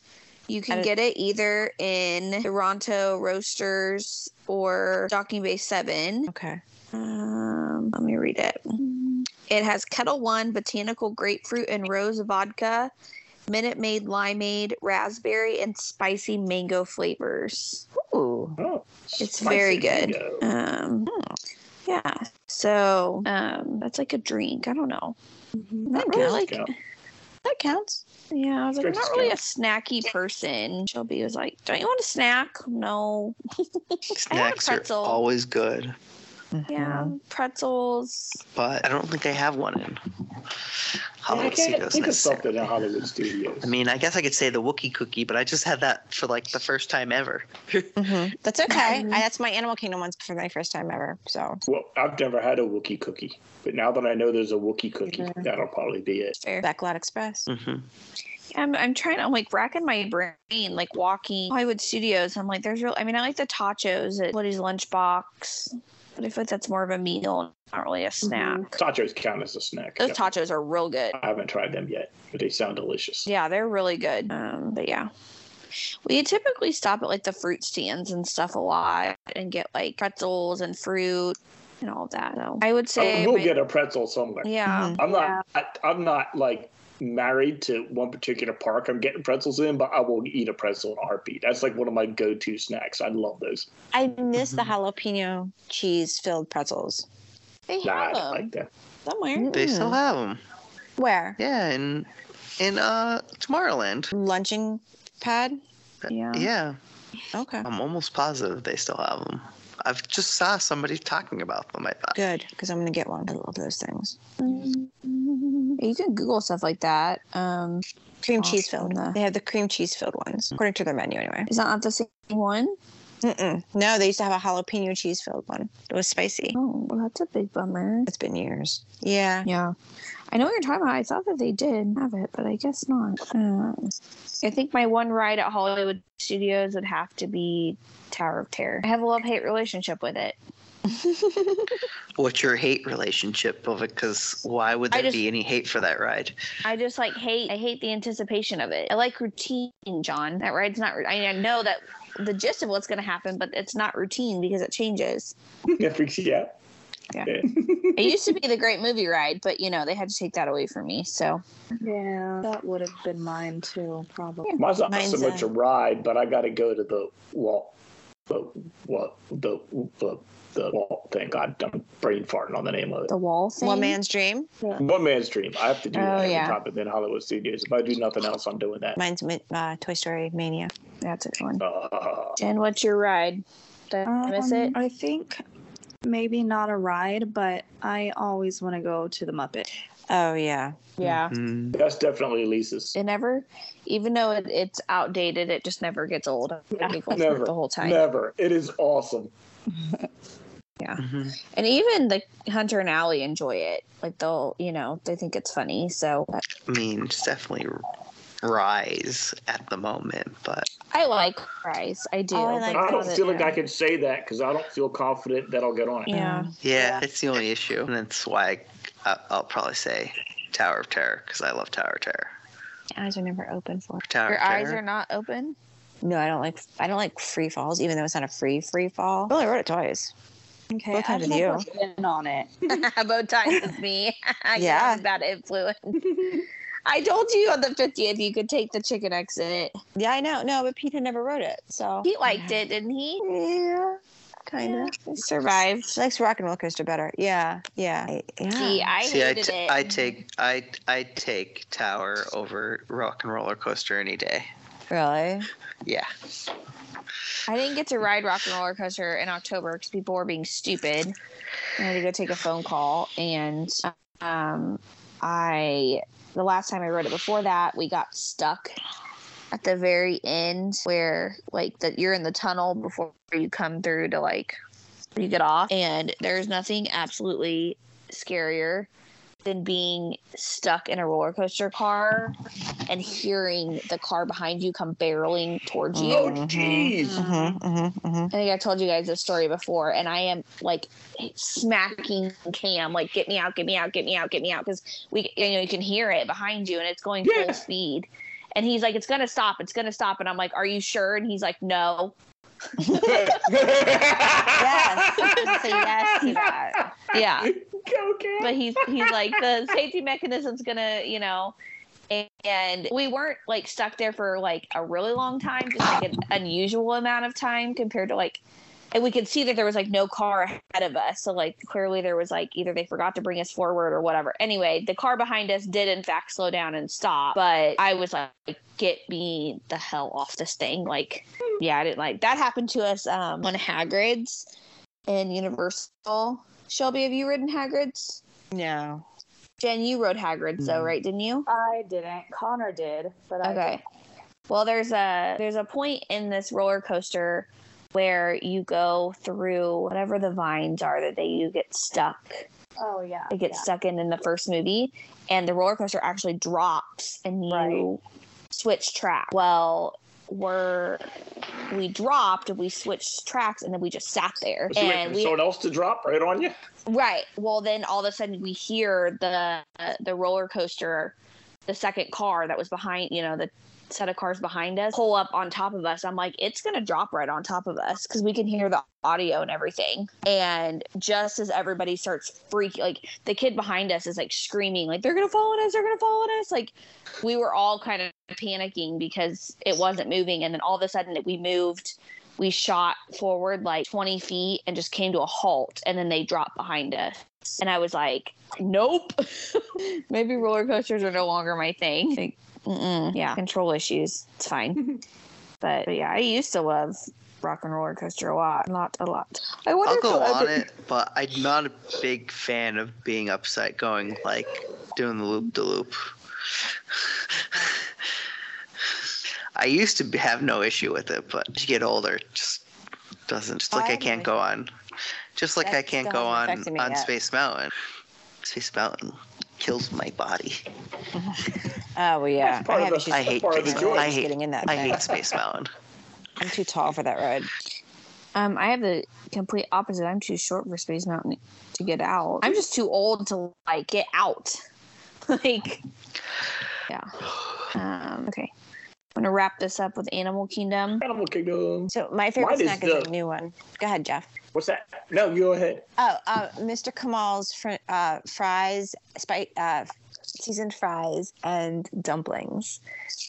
A: You can
C: And it-
A: get it either in Toronto Roasters or Docking Bay Seven.
C: Okay.
A: Um, let me read it. It has Kettle One, Botanical Grapefruit and Rose Vodka, Minute Maid Limeade, Raspberry, and Spicy Mango flavors.
C: Ooh.
D: Oh,
A: It's
D: spicy
A: very good.
D: mango.
A: Um, yeah. So um, that's like a drink. I don't know. Not
C: That
A: really
D: counts.
A: like. That counts. Yeah, I was like, I'm
D: Straight
A: not
D: to
A: really a snacky person. Shelby was like, Don't you want a snack? No.
B: Snacks are
A: pretzel.
B: always good,
C: Mm-hmm.
A: Yeah, pretzels.
B: but I don't think I have one in
D: I
B: Hollywood
D: can't
B: Studios.
D: think of
B: necessarily.
D: something in Hollywood Studios.
B: I mean, I guess I could say the Wookiee cookie, but I just had that for like the first time ever.
C: That's okay. I, that's my Animal Kingdom ones for my first time ever. So
D: well, I've never had a Wookiee cookie, but now that I know there's a Wookiee cookie, that'll probably be it.
A: Fair.
C: Backlot Express.
B: hmm
A: I'm, I'm trying. I'm like racking my brain, like walking Hollywood Studios. I'm like, there's real. I mean, I like the tachos at Woody's Lunchbox, but I feel like that's more of a meal, not really a snack.
D: Tachos count as a snack.
A: Those
D: Yeah.
A: tachos are real good.
D: I haven't tried them yet, but they sound delicious.
A: Yeah, they're really good. Um, but yeah. We typically stop at like the fruit stands and stuff a lot and get like pretzels and fruit and all of that. So I would say,
D: I will
A: my-
D: get a pretzel somewhere.
A: yeah,
D: I'm not.
E: Yeah.
D: I, I'm not like married to one particular park. I'm getting pretzels in, but I will eat a pretzel in a heartbeat. That's like one of my go-to snacks. I love those.
C: I miss the jalapeno cheese filled pretzels.
A: they
D: Nah, I
A: have
D: don't
A: them
D: like that.
A: somewhere.
B: They still
C: Mm.
B: have them.
C: Where?
B: Yeah, in in uh Tomorrowland.
C: Lunching pad.
A: Yeah.
B: Yeah,
C: Okay.
B: I'm almost positive they still have them. I've just saw somebody talking about them. I thought.
C: Good, because I'm gonna get one. I love those things.
A: You can Google stuff like that. Um,
C: Cream
A: Awesome.
C: cheese filled. They have the cream cheese filled ones, according to their menu, anyway.
A: is that not the same one?
C: Mm-mm. No, they used to have a jalapeno cheese filled one. It was spicy.
A: Oh, well, that's a big bummer.
C: It's been years. Yeah.
A: Yeah. I know what you're talking about. I thought that they did have it, but I guess not. Uh, I think my one ride at Hollywood Studios would have to be Tower of Terror. I have a love hate relationship with it.
B: What's your hate relationship of it? Because why would
A: I
B: there
A: just-
B: be any hate for that ride?
A: I just like hate. I hate the anticipation of it. I like routine, John. That ride's not. I mean, I know that the gist of what's going to happen, but it's not routine because it changes.
D: That freaks you out.
A: Yeah.
D: yeah.
A: It used to be the great movie ride, but you know they had to take that away from me. So
E: Yeah, that would have been mine too, probably.
D: Mine's not so
C: Mine's
D: much
C: a-
D: a ride, but I got to go to the wall, the what the the the wall thing. God, I'm brain farting on the name of it.
A: the wall thing.
C: One man's dream.
D: One man's dream. I have to do
A: Oh,
D: that every
A: yeah.
D: time I've been in Hollywood Studios. If I do nothing else, I'm doing that.
C: Mine's mi- uh, Toy Story Mania.
A: That's a good one.
D: Uh,
A: Jen, what's your ride? Did I miss
E: Um,
A: it?
E: I think maybe not a ride, but I always want to go to the Muppet.
C: Oh yeah.
D: Mm-hmm.
A: Yeah.
B: Mm,
D: that's definitely Lisa's.
A: It never, even though it, it's outdated, it just never gets old. I'm thankful for it
D: Never.
A: the whole time.
D: Never. It is awesome.
B: mhm.
A: And even the Hunter and Allie enjoy it. Like they'll, you know, they think it's funny. So that-
B: I mean, it's definitely rise at the moment, but
A: I like Rise. I do.
C: Oh, I like
A: but
D: I
A: now
D: don't
A: that-
D: feel like I can say that because I don't feel confident that I'll get on it.
A: Yeah.
B: yeah, it's the only issue, and that's why I, I, I'll probably say Tower of Terror because I love Tower of Terror.
C: My eyes are never open for.
B: Tower
A: Your
B: of
A: eyes
B: Terror.
A: are not open.
C: No, I don't like. I don't like free falls, even though it's not a free free fall. Well, I rode it twice.
E: Okay,
C: Both
E: I've
C: have
E: never been on it.
A: Both times with me. I
C: Yeah.
A: have that influence. I told you on the 50th you could take the chicken exit.
C: Yeah, I know. No, but Peter never rode it, so
A: He liked it, didn't he?
C: Yeah, kind of.
A: He survived.
C: She likes rock and roller coaster better. Yeah, yeah, I- yeah.
A: See, I
B: See, I,
A: hated
B: t-
A: it.
B: I take I I take Tower over Rock and Roller Coaster any day.
C: really?
B: Yeah,
A: I didn't get to ride Rock and Roller Coaster in October because people were being stupid. I had to go take a phone call, and um, I the last time I rode it before that, we got stuck at the very end where like that you're in the tunnel before you come through to like you get off, and there's nothing absolutely scarier than being stuck in a roller coaster car and hearing the car behind you come barreling towards you.
D: Oh, jeez.
C: Mm-hmm, mm-hmm, mm-hmm.
A: I think I told you guys this story before, and I am like smacking Cam, like get me out, get me out, get me out, get me out, because we, you know, you can hear it behind you, and it's going
D: Yeah.
A: full speed, and he's like, it's gonna stop, it's gonna stop, and I'm like, are you sure? And he's like, no.
C: Yes. Say yes to that.
A: Yeah,
D: Go, Cat.
A: but he's he's like the safety mechanism's gonna you know and we weren't like stuck there for like a really long time just like an unusual amount of time compared to like and we could see that there was like no car ahead of us. So like clearly there was like either they forgot to bring us forward or whatever. Anyway, the car behind us did in fact slow down and stop, but I was like, get me the hell off this thing. Like, yeah, I didn't like that happened to us um on Hagrid's in Universal. Shelby, have you ridden Hagrid's?
C: No.
A: Jen, you rode Hagrid's though,
B: Mm.
A: right? Didn't you?
E: I didn't. Connor did, but Mm-hmm. I
A: Okay. Well, there's a there's a point in this roller coaster where you go through whatever the vines are that they you get stuck.
E: Oh yeah.
A: It gets
E: yeah.
A: stuck in in the first movie, and the roller coaster actually drops, and you switch track. Well, we're we dropped, and we switched tracks, and then we just sat there,
D: Was you waiting
A: and
D: for
A: we
D: someone else to drop right on you?
A: Right. Well, then all of a sudden we hear the the roller coaster, the second car that was behind, you know, the set of cars behind us pull up on top of us. I'm like, it's gonna drop right on top of us because we can hear the audio and everything. And just as everybody starts freaking, like the kid behind us is like screaming, like they're gonna fall on us, they're gonna fall on us. Like we were all kind of panicking because it wasn't moving, and then all of a sudden we moved we shot forward like 20 feet and just came to a halt and then they dropped behind us and i was like nope maybe roller coasters are no longer my thing like, mm-mm. yeah control issues it's fine but, but yeah i used to love rock and roller coaster a lot not a lot i wonder
B: I'll
A: if
B: go
A: the
B: on
A: other-
B: it, but I'm not a big fan of being upside going, like doing the loop de loop. I used to be- have no issue with it, but as you get older, it just doesn't. Just like
C: I
B: I
C: have no
B: can't go on. Just like I
C: That
B: can't
C: still
B: go
C: hasn't
B: on
C: affected me
B: on
C: yet.
B: Space Mountain. Space Mountain kills my body.
C: Oh well, yeah.
D: That's part
C: I
D: of
C: have
D: the-
C: issues
B: I
C: with
B: hate
D: part of the
C: my
D: joy.
C: legs
B: I hate-
C: getting in that
B: I
C: thing.
B: hate Space Mountain.
C: I'm too tall for that road.
A: um i have the complete opposite i'm too short for space mountain to get out i'm just too old to like get out like yeah um okay i'm gonna wrap this up with animal kingdom
D: Animal Kingdom.
C: So my favorite
D: Mine is
C: snack is
D: the-
C: a new one. Go ahead, Jeff.
D: What's that? No, you go ahead.
C: Oh, uh, Mr. Kamal's fr- uh, fries, spi- uh, seasoned fries, and dumplings.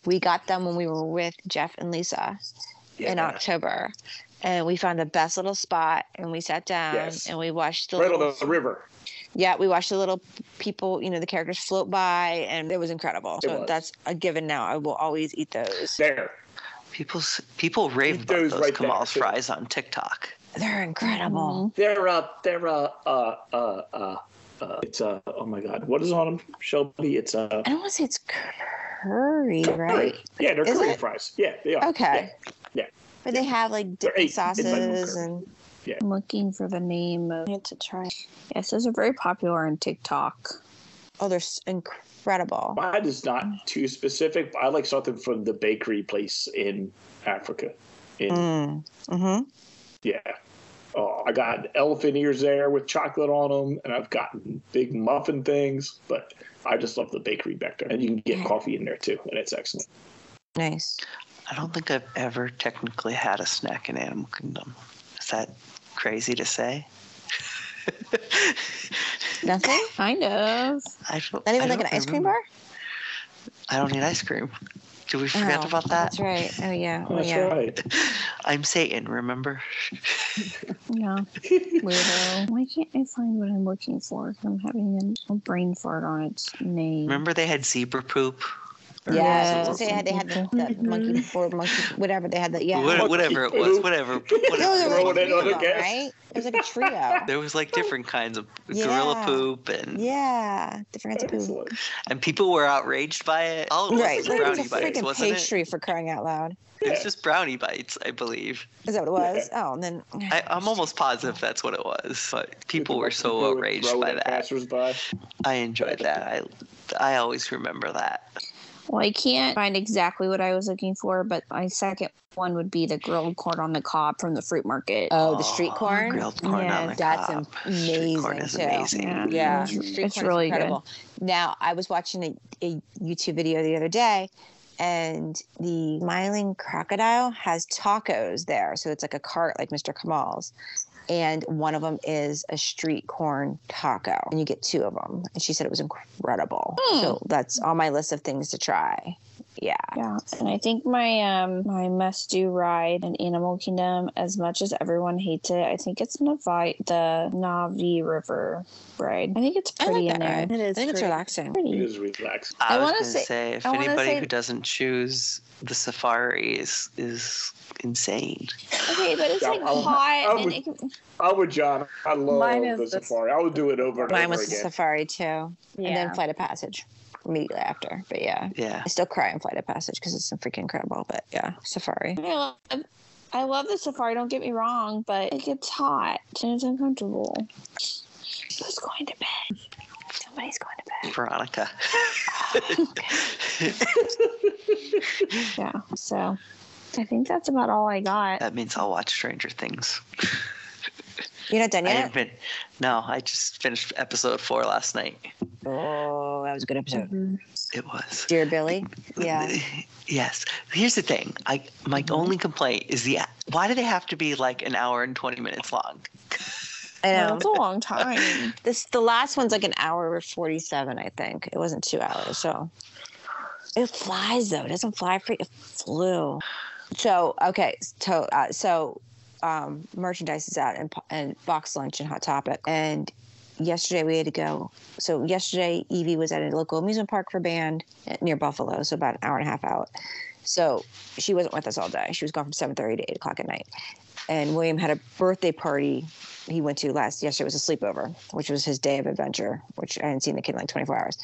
C: We got them when we were with Jeff and Lisa in
D: Yeah.
C: October, and we found the best little spot, and we sat down
D: Yes.
C: and we watched the
D: Right on
C: little,
D: the river.
C: yeah, we watched the little people, you know, the characters float by, and it was incredible.
D: It
C: so
D: was.
C: that's a given now. I will always eat those.
D: There.
B: People s- people rave about
D: those
B: those
D: right there,
B: Kamal's
D: too.
B: fries on TikTok.
C: They're incredible.
D: They're uh they're uh uh uh uh uh, it's uh oh my god what is on them Shelby it's
B: Mm-hmm.
D: uh
C: I don't want to say it's curry, right?
D: yeah they're
C: Is
D: curry
C: it?
D: fries yeah they are
C: Okay.
D: Yeah.
C: But they have like
D: They're
C: dipping
D: eight. It's like little
C: sauces
D: curry.
C: and
A: I'm looking for the name of
E: I need to try.
A: yes those are very popular on tiktok
C: oh, they're s- incredible.
D: yeah. mine is not too specific but I like something from the bakery place in Africa in
C: Mm. hmm
D: Yeah. Oh, I got elephant ears there with chocolate on them, and I've gotten big muffin things, but I just love the bakery back there. And you can get coffee in there too, and it's excellent.
C: Nice.
B: I don't think I've ever technically had a snack in Animal Kingdom. Is that crazy to say?
C: Nothing?
A: kind of
B: I don't,
C: Not
B: I
C: even like an
B: don't
C: ice cream bar?
B: remember. I don't need ice cream. Do we forget
C: Oh,
B: about that?
C: That's right. Oh yeah. Oh
D: That's
C: yeah.
D: right.
B: I'm Satan, remember?
A: yeah weirdo why can't i find what i'm looking for i'm having a brain fart on its name
B: Remember they had zebra poop? Or
C: Yeah.
B: was
C: So
B: it-
C: they had they had the, the monkey or monkey whatever they had that yeah.
B: What- whatever it was,
D: Poop.
B: whatever.
C: no, there
B: whatever.
C: was
D: Throwing
C: like
D: it
C: three
D: on
C: of
D: a
C: them,
D: gas.
C: right? It was like a trio.
B: There was like different kinds of gorilla
C: Yeah.
B: poop and
C: yeah, different kinds of poop.
D: Excellent.
B: and people were outraged by it. All it
C: Right,
B: was was
C: like, it
B: brownie
C: was a
B: bites,
C: freaking
B: wasn't it?
C: pastry for crying out loud.
B: It was
D: Yeah.
B: just brownie bites, I believe.
C: Is that what it was? Oh, and then
B: I, I'm almost positive that's what it was, but people were
D: They
B: so
D: were
B: outraged
D: throwing
B: by
D: at
B: that.
D: Passersby.
B: I enjoyed that. I I always remember that.
A: Well, I can't find exactly what I was looking for, but my second one would be the grilled corn on the cob from the fruit market.
C: oh, the street corn.
B: grilled corn
A: Yeah,
B: on the
C: that's
B: cob.
C: amazing,
B: Street corn is
C: too.
B: amazing.
A: yeah,
C: Yeah,
A: it's,
C: street
A: it's
C: corn is
A: really good.
C: incredible. Now, I was watching a, a YouTube video the other day, and the smiling crocodile has tacos there. So it's like a cart, like Mr. Kamal's. And one of them is a street corn taco, and you get two of them. And she said it was incredible.
A: Hmm.
C: So that's on my list of things to try. Yeah.
A: Yeah, and I think my um my must do ride in Animal Kingdom, as much as everyone hates it, I think it's Navi the Navi River ride. I think it's
C: I
A: pretty
C: like
A: in
C: that
A: there.
C: ride.
E: It
C: I
E: is
C: think it's
E: great.
C: relaxing.
D: It
B: Mm.
A: Pretty.
D: is relaxed.
A: I
B: I, was
A: wanna
B: going to
A: say-
B: say, if
A: I wanna
B: anybody
A: say-
B: who doesn't choose the safari is is insane.
A: Okay, but it's
D: Yeah,
A: like
D: I'll-
A: hot
D: I'll-
A: and it can,
D: I would, John. I love
E: Mine is
D: the
E: the-
D: safari. I would do it over and
C: Mine
D: over
C: was the
D: again.
C: safari too, and
E: Yeah.
C: then Flight of Passage immediately after. But yeah,
B: Yeah.
C: I still cry in Flight of Passage because it's freaking incredible. But yeah, safari.
A: I love, I love the safari, don't get me wrong, but it gets hot and it's uncomfortable. Who's going to bed? Somebody's going to bed.
B: Veronica.
A: Yeah, so I think that's about all I got.
B: that means I'll watch Stranger Things.
C: You're not done
B: I
C: yet.
B: haven't been. No, I just finished episode four last night.
C: Oh, that was a good episode.
B: It was.
C: Dear Billy. Yeah.
B: Yes. Here's the thing. I my
A: Mm-hmm.
B: only complaint is the why do they have to be like an hour and twenty minutes long?
C: I
A: Well,
C: know.
A: it's a long time.
C: This the last one's like an hour forty seven, I think. It wasn't two hours, so it flies though. It doesn't fly for it flew. So okay, so uh, so um, merchandise is out and po- and box lunch and Hot Topic. And yesterday we had to go. So yesterday Evie was at a local amusement park for band near Buffalo, so about an hour and a half out. So she wasn't with us all day. She was gone from seven thirty to eight o'clock at night. And William had a birthday party he went to last yesterday was a sleepover, which was his day of adventure, which I hadn't seen the kid in like 24 hours.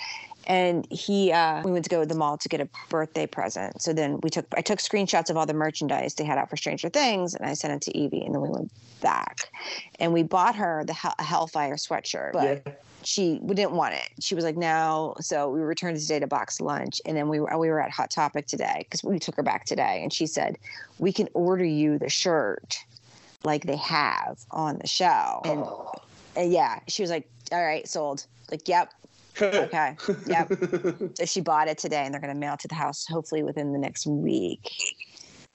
C: And he, uh, we went to go to the mall to get a birthday present. So then we took, I took screenshots of all the merchandise they had out for Stranger Things, and I sent it to Evie. And then we went back, and we bought her the Hell- Hellfire sweatshirt, but
D: Yeah.
C: she we didn't want it. She was like, no. So we returned today to box lunch, and then we were we were at Hot Topic today because we took her back today, and she said, we can order you the shirt like they have on the show, and uh, yeah, she was like, all right, sold. Like, yep, okay, yep. So she bought it today, and they're gonna mail it to the house hopefully within the next week.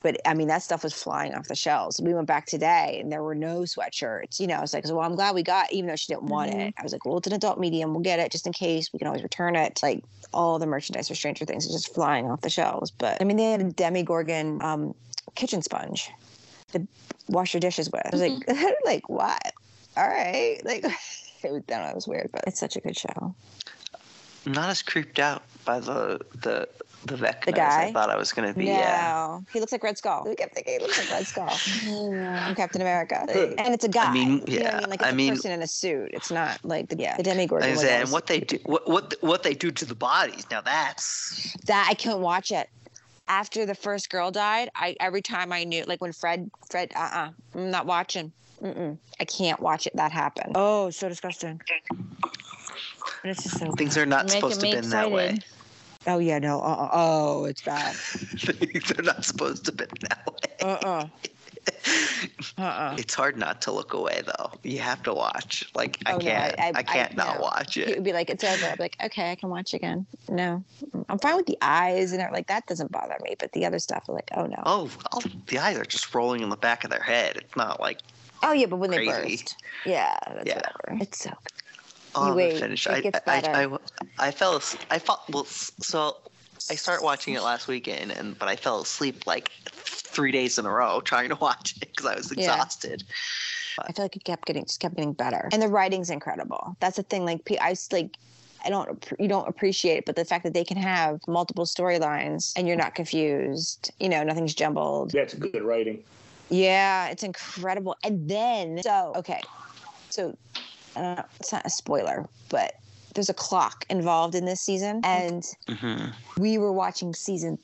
C: But I mean, that stuff was flying off the shelves. We went back today, and there were no sweatshirts. You know, I was like, well, I'm glad we got, even though she didn't want it. I was like, well, it's an adult medium. We'll get it just in case. We can always return it. Like all the merchandise for Stranger Things is just flying off the shelves. But I mean, they had a demi gorgon um, kitchen sponge to wash your dishes with. I was like, like what? All right, like. It was, I don't know, it was weird, but it's such a good show.
B: I'm not as creeped out by the the the Vecna
C: The
B: as
C: guy?
B: I thought I was gonna be. Yeah.
C: No, he looks like Red Skull. I kept thinking he looks like Red Skull
E: Yeah.
C: from Captain America,
D: Good.
C: and it's a guy.
B: mean,
C: You know what
B: yeah,
C: I mean, like it's
B: I
C: a
B: mean-
C: person in a suit. It's not like the yeah the demigorgon.
B: I
C: was
B: say, and
C: always-
B: what they do, what what what they do to the bodies. Now that's
C: that I couldn't watch it. After the first girl died, I every time I knew, like when Fred, Fred, uh, uh-uh, I'm not watching. Mm-mm, I can't watch it. That happened. Oh, so disgusting. And it's just so.
B: things are not
A: Making
B: supposed to
A: me
B: been that way.
A: excited.
C: Oh yeah, no. Uh, uh oh, it's bad.
B: They're not supposed to been that way.
C: Uh, uh, uh, uh.
B: It's hard not to look away though. You have to watch. Like I
C: Oh, no,
B: can't.
C: I- I-
B: I,
C: I-
B: can't not
C: no.
B: watch
C: It
B: it.
C: would be like, it's over. I'd be like, okay, I can watch again. No, I'm fine with the eyes and everything. Like, that doesn't bother me. But the other stuff, I'm like, oh no. Oh,
B: Oh, all the eyes are just rolling in the back of their head. It's not like
C: Oh, yeah, but when they
B: crazy.
C: burst. Yeah, that's
B: Yeah.
C: whatever. It's so good.
B: oh,
C: wait,
B: finish.
C: it
B: I,
C: gets
B: I,
C: better.
B: I, I, I fell. as- I fell. Well, s- so I started watching it last weekend, and but I fell asleep like three days in a row trying to watch it because I was
C: Yeah.
B: exhausted.
C: I feel like it kept getting, just kept getting better. And the writing's incredible. That's the thing. Like, pe- I s- like, I don't, appre- you don't appreciate it, but the fact that they can have multiple storylines and you're not confused, you know, nothing's jumbled.
D: That's good writing.
C: Yeah, it's incredible. And then, so okay, so uh, it's not a spoiler, but there's a clock involved in this season, and
B: hmm
C: we were watching season.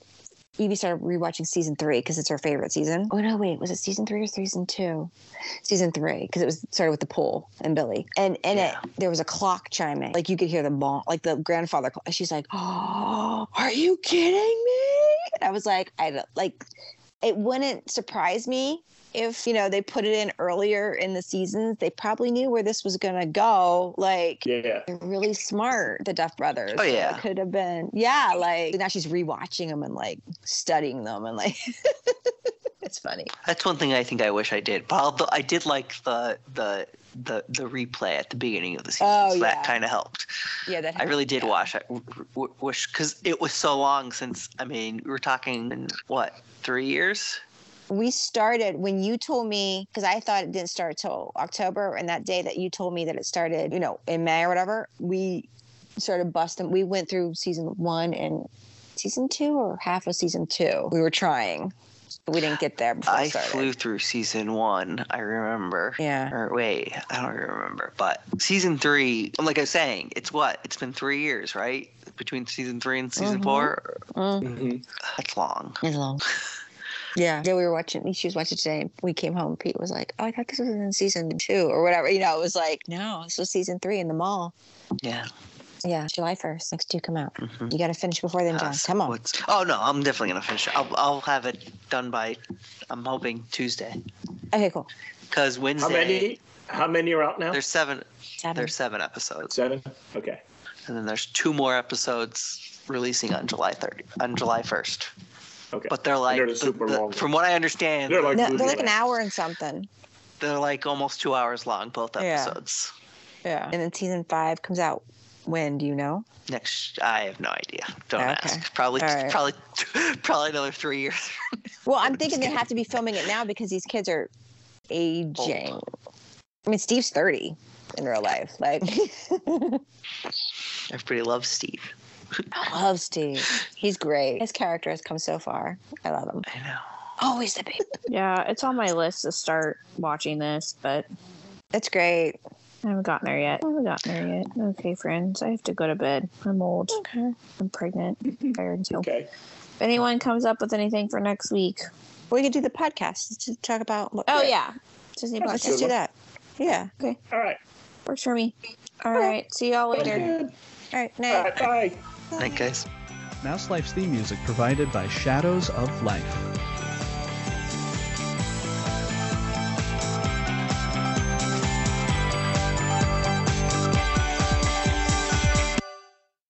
C: Evie started rewatching season three because it's her favorite season. Oh no, wait, was it season three or season two? Season three because it was started with the pool and Billy, and in
B: Yeah.
C: it there was a clock chiming, like you could hear the mom, like the grandfather. Clock. She's like, "Oh, are you kidding me?" And I was like, "I don't like." It wouldn't surprise me if you know they put it in earlier in the seasons. They probably knew where this was gonna go. Like,
D: Yeah.
C: they're really smart, the Duff brothers.
B: Oh,
C: So
B: yeah.
C: it could have been. Yeah, like now she's rewatching them and like studying them and like
A: It's funny.
B: That's one thing I think I wish I did. But although I did like the the the the replay at the beginning of the season,
C: Oh,
B: so
C: yeah.
B: that kind of helped.
C: Yeah, that
B: I really did
C: yeah.
B: watch. I w- w- wish because it was so long since. I mean, we were talking what three years?
C: we started when you told me because I thought it didn't start till October, and that day that you told me that it started, you know, in May or whatever, we started busting. We went through season one and season two, or half of season two. We were trying, but we didn't get there before
B: I
C: it started.
B: flew through season one. I remember.
C: Yeah.
B: Or wait, I don't remember. But season three, like I was saying, it's what? It's been three years, right? Between season three and season
D: Mm-hmm.
C: Mhm.
B: four?
C: Mm.
D: Mhm.
B: That's long.
C: It's long. Yeah. Yeah, we were watching. She was watching today. And we came home. Pete was like, "Oh, I thought this was in season two or whatever." You know, it was like, "No, this was season three in the mall."
B: Yeah.
C: Yeah, July first. Next two come out.
B: Mhm.
C: You got to finish before then, John.
B: Uh, so
C: Come on.
B: what's- oh no, I'm definitely gonna finish. it. I'll I'll have it done by. I'm hoping Tuesday
C: Okay, cool.
B: because Wednesday
D: How many? How many are out now?
B: there's seven.
C: Seven.
B: There's seven episodes,
D: seven. Okay.
B: and then there's two more episodes releasing on July 30 on July 1st.
D: Okay.
B: But they're like
D: They're the super long
B: from what I understand,
D: They're like,
C: No,
D: movie
C: they're like an
D: length.
C: hour and something.
B: they're like almost two hours long both
C: Yeah.
B: episodes.
C: Yeah. And then season five comes out when? Do you know?
B: Next, I have no idea. Don't
C: Okay.
B: ask. Probably,
C: All right.
B: probably, probably another three years.
C: Well, I'm thinking they have to be filming it now because these kids are aging. I mean, Steve's 30 in real life. Like,
B: Everybody loves Steve.
C: I love Steve. He's great. His character has come so far. I love him.
B: I know.
C: Always the baby.
E: Yeah, it's on my list to start watching this, but
C: That's great.
E: I haven't gotten there yet. I haven't gotten there yet. Okay, friends, I have to go to bed. I'm old. Okay. I'm pregnant. I'm tired too.
D: Okay.
E: If anyone comes up with anything for next week,
C: We could do the podcast to talk about.
E: oh yeah, Disney
D: Yeah, that's
E: Plus
C: Let's just do
D: Good.
C: that. Yeah.
D: All right.
E: works for me. All right, see y'all later.
D: Good.
C: All right.
D: All
C: Night.
D: right. Bye.
B: Night, guys.
G: Mouse Life's theme music provided by Shadows of Life.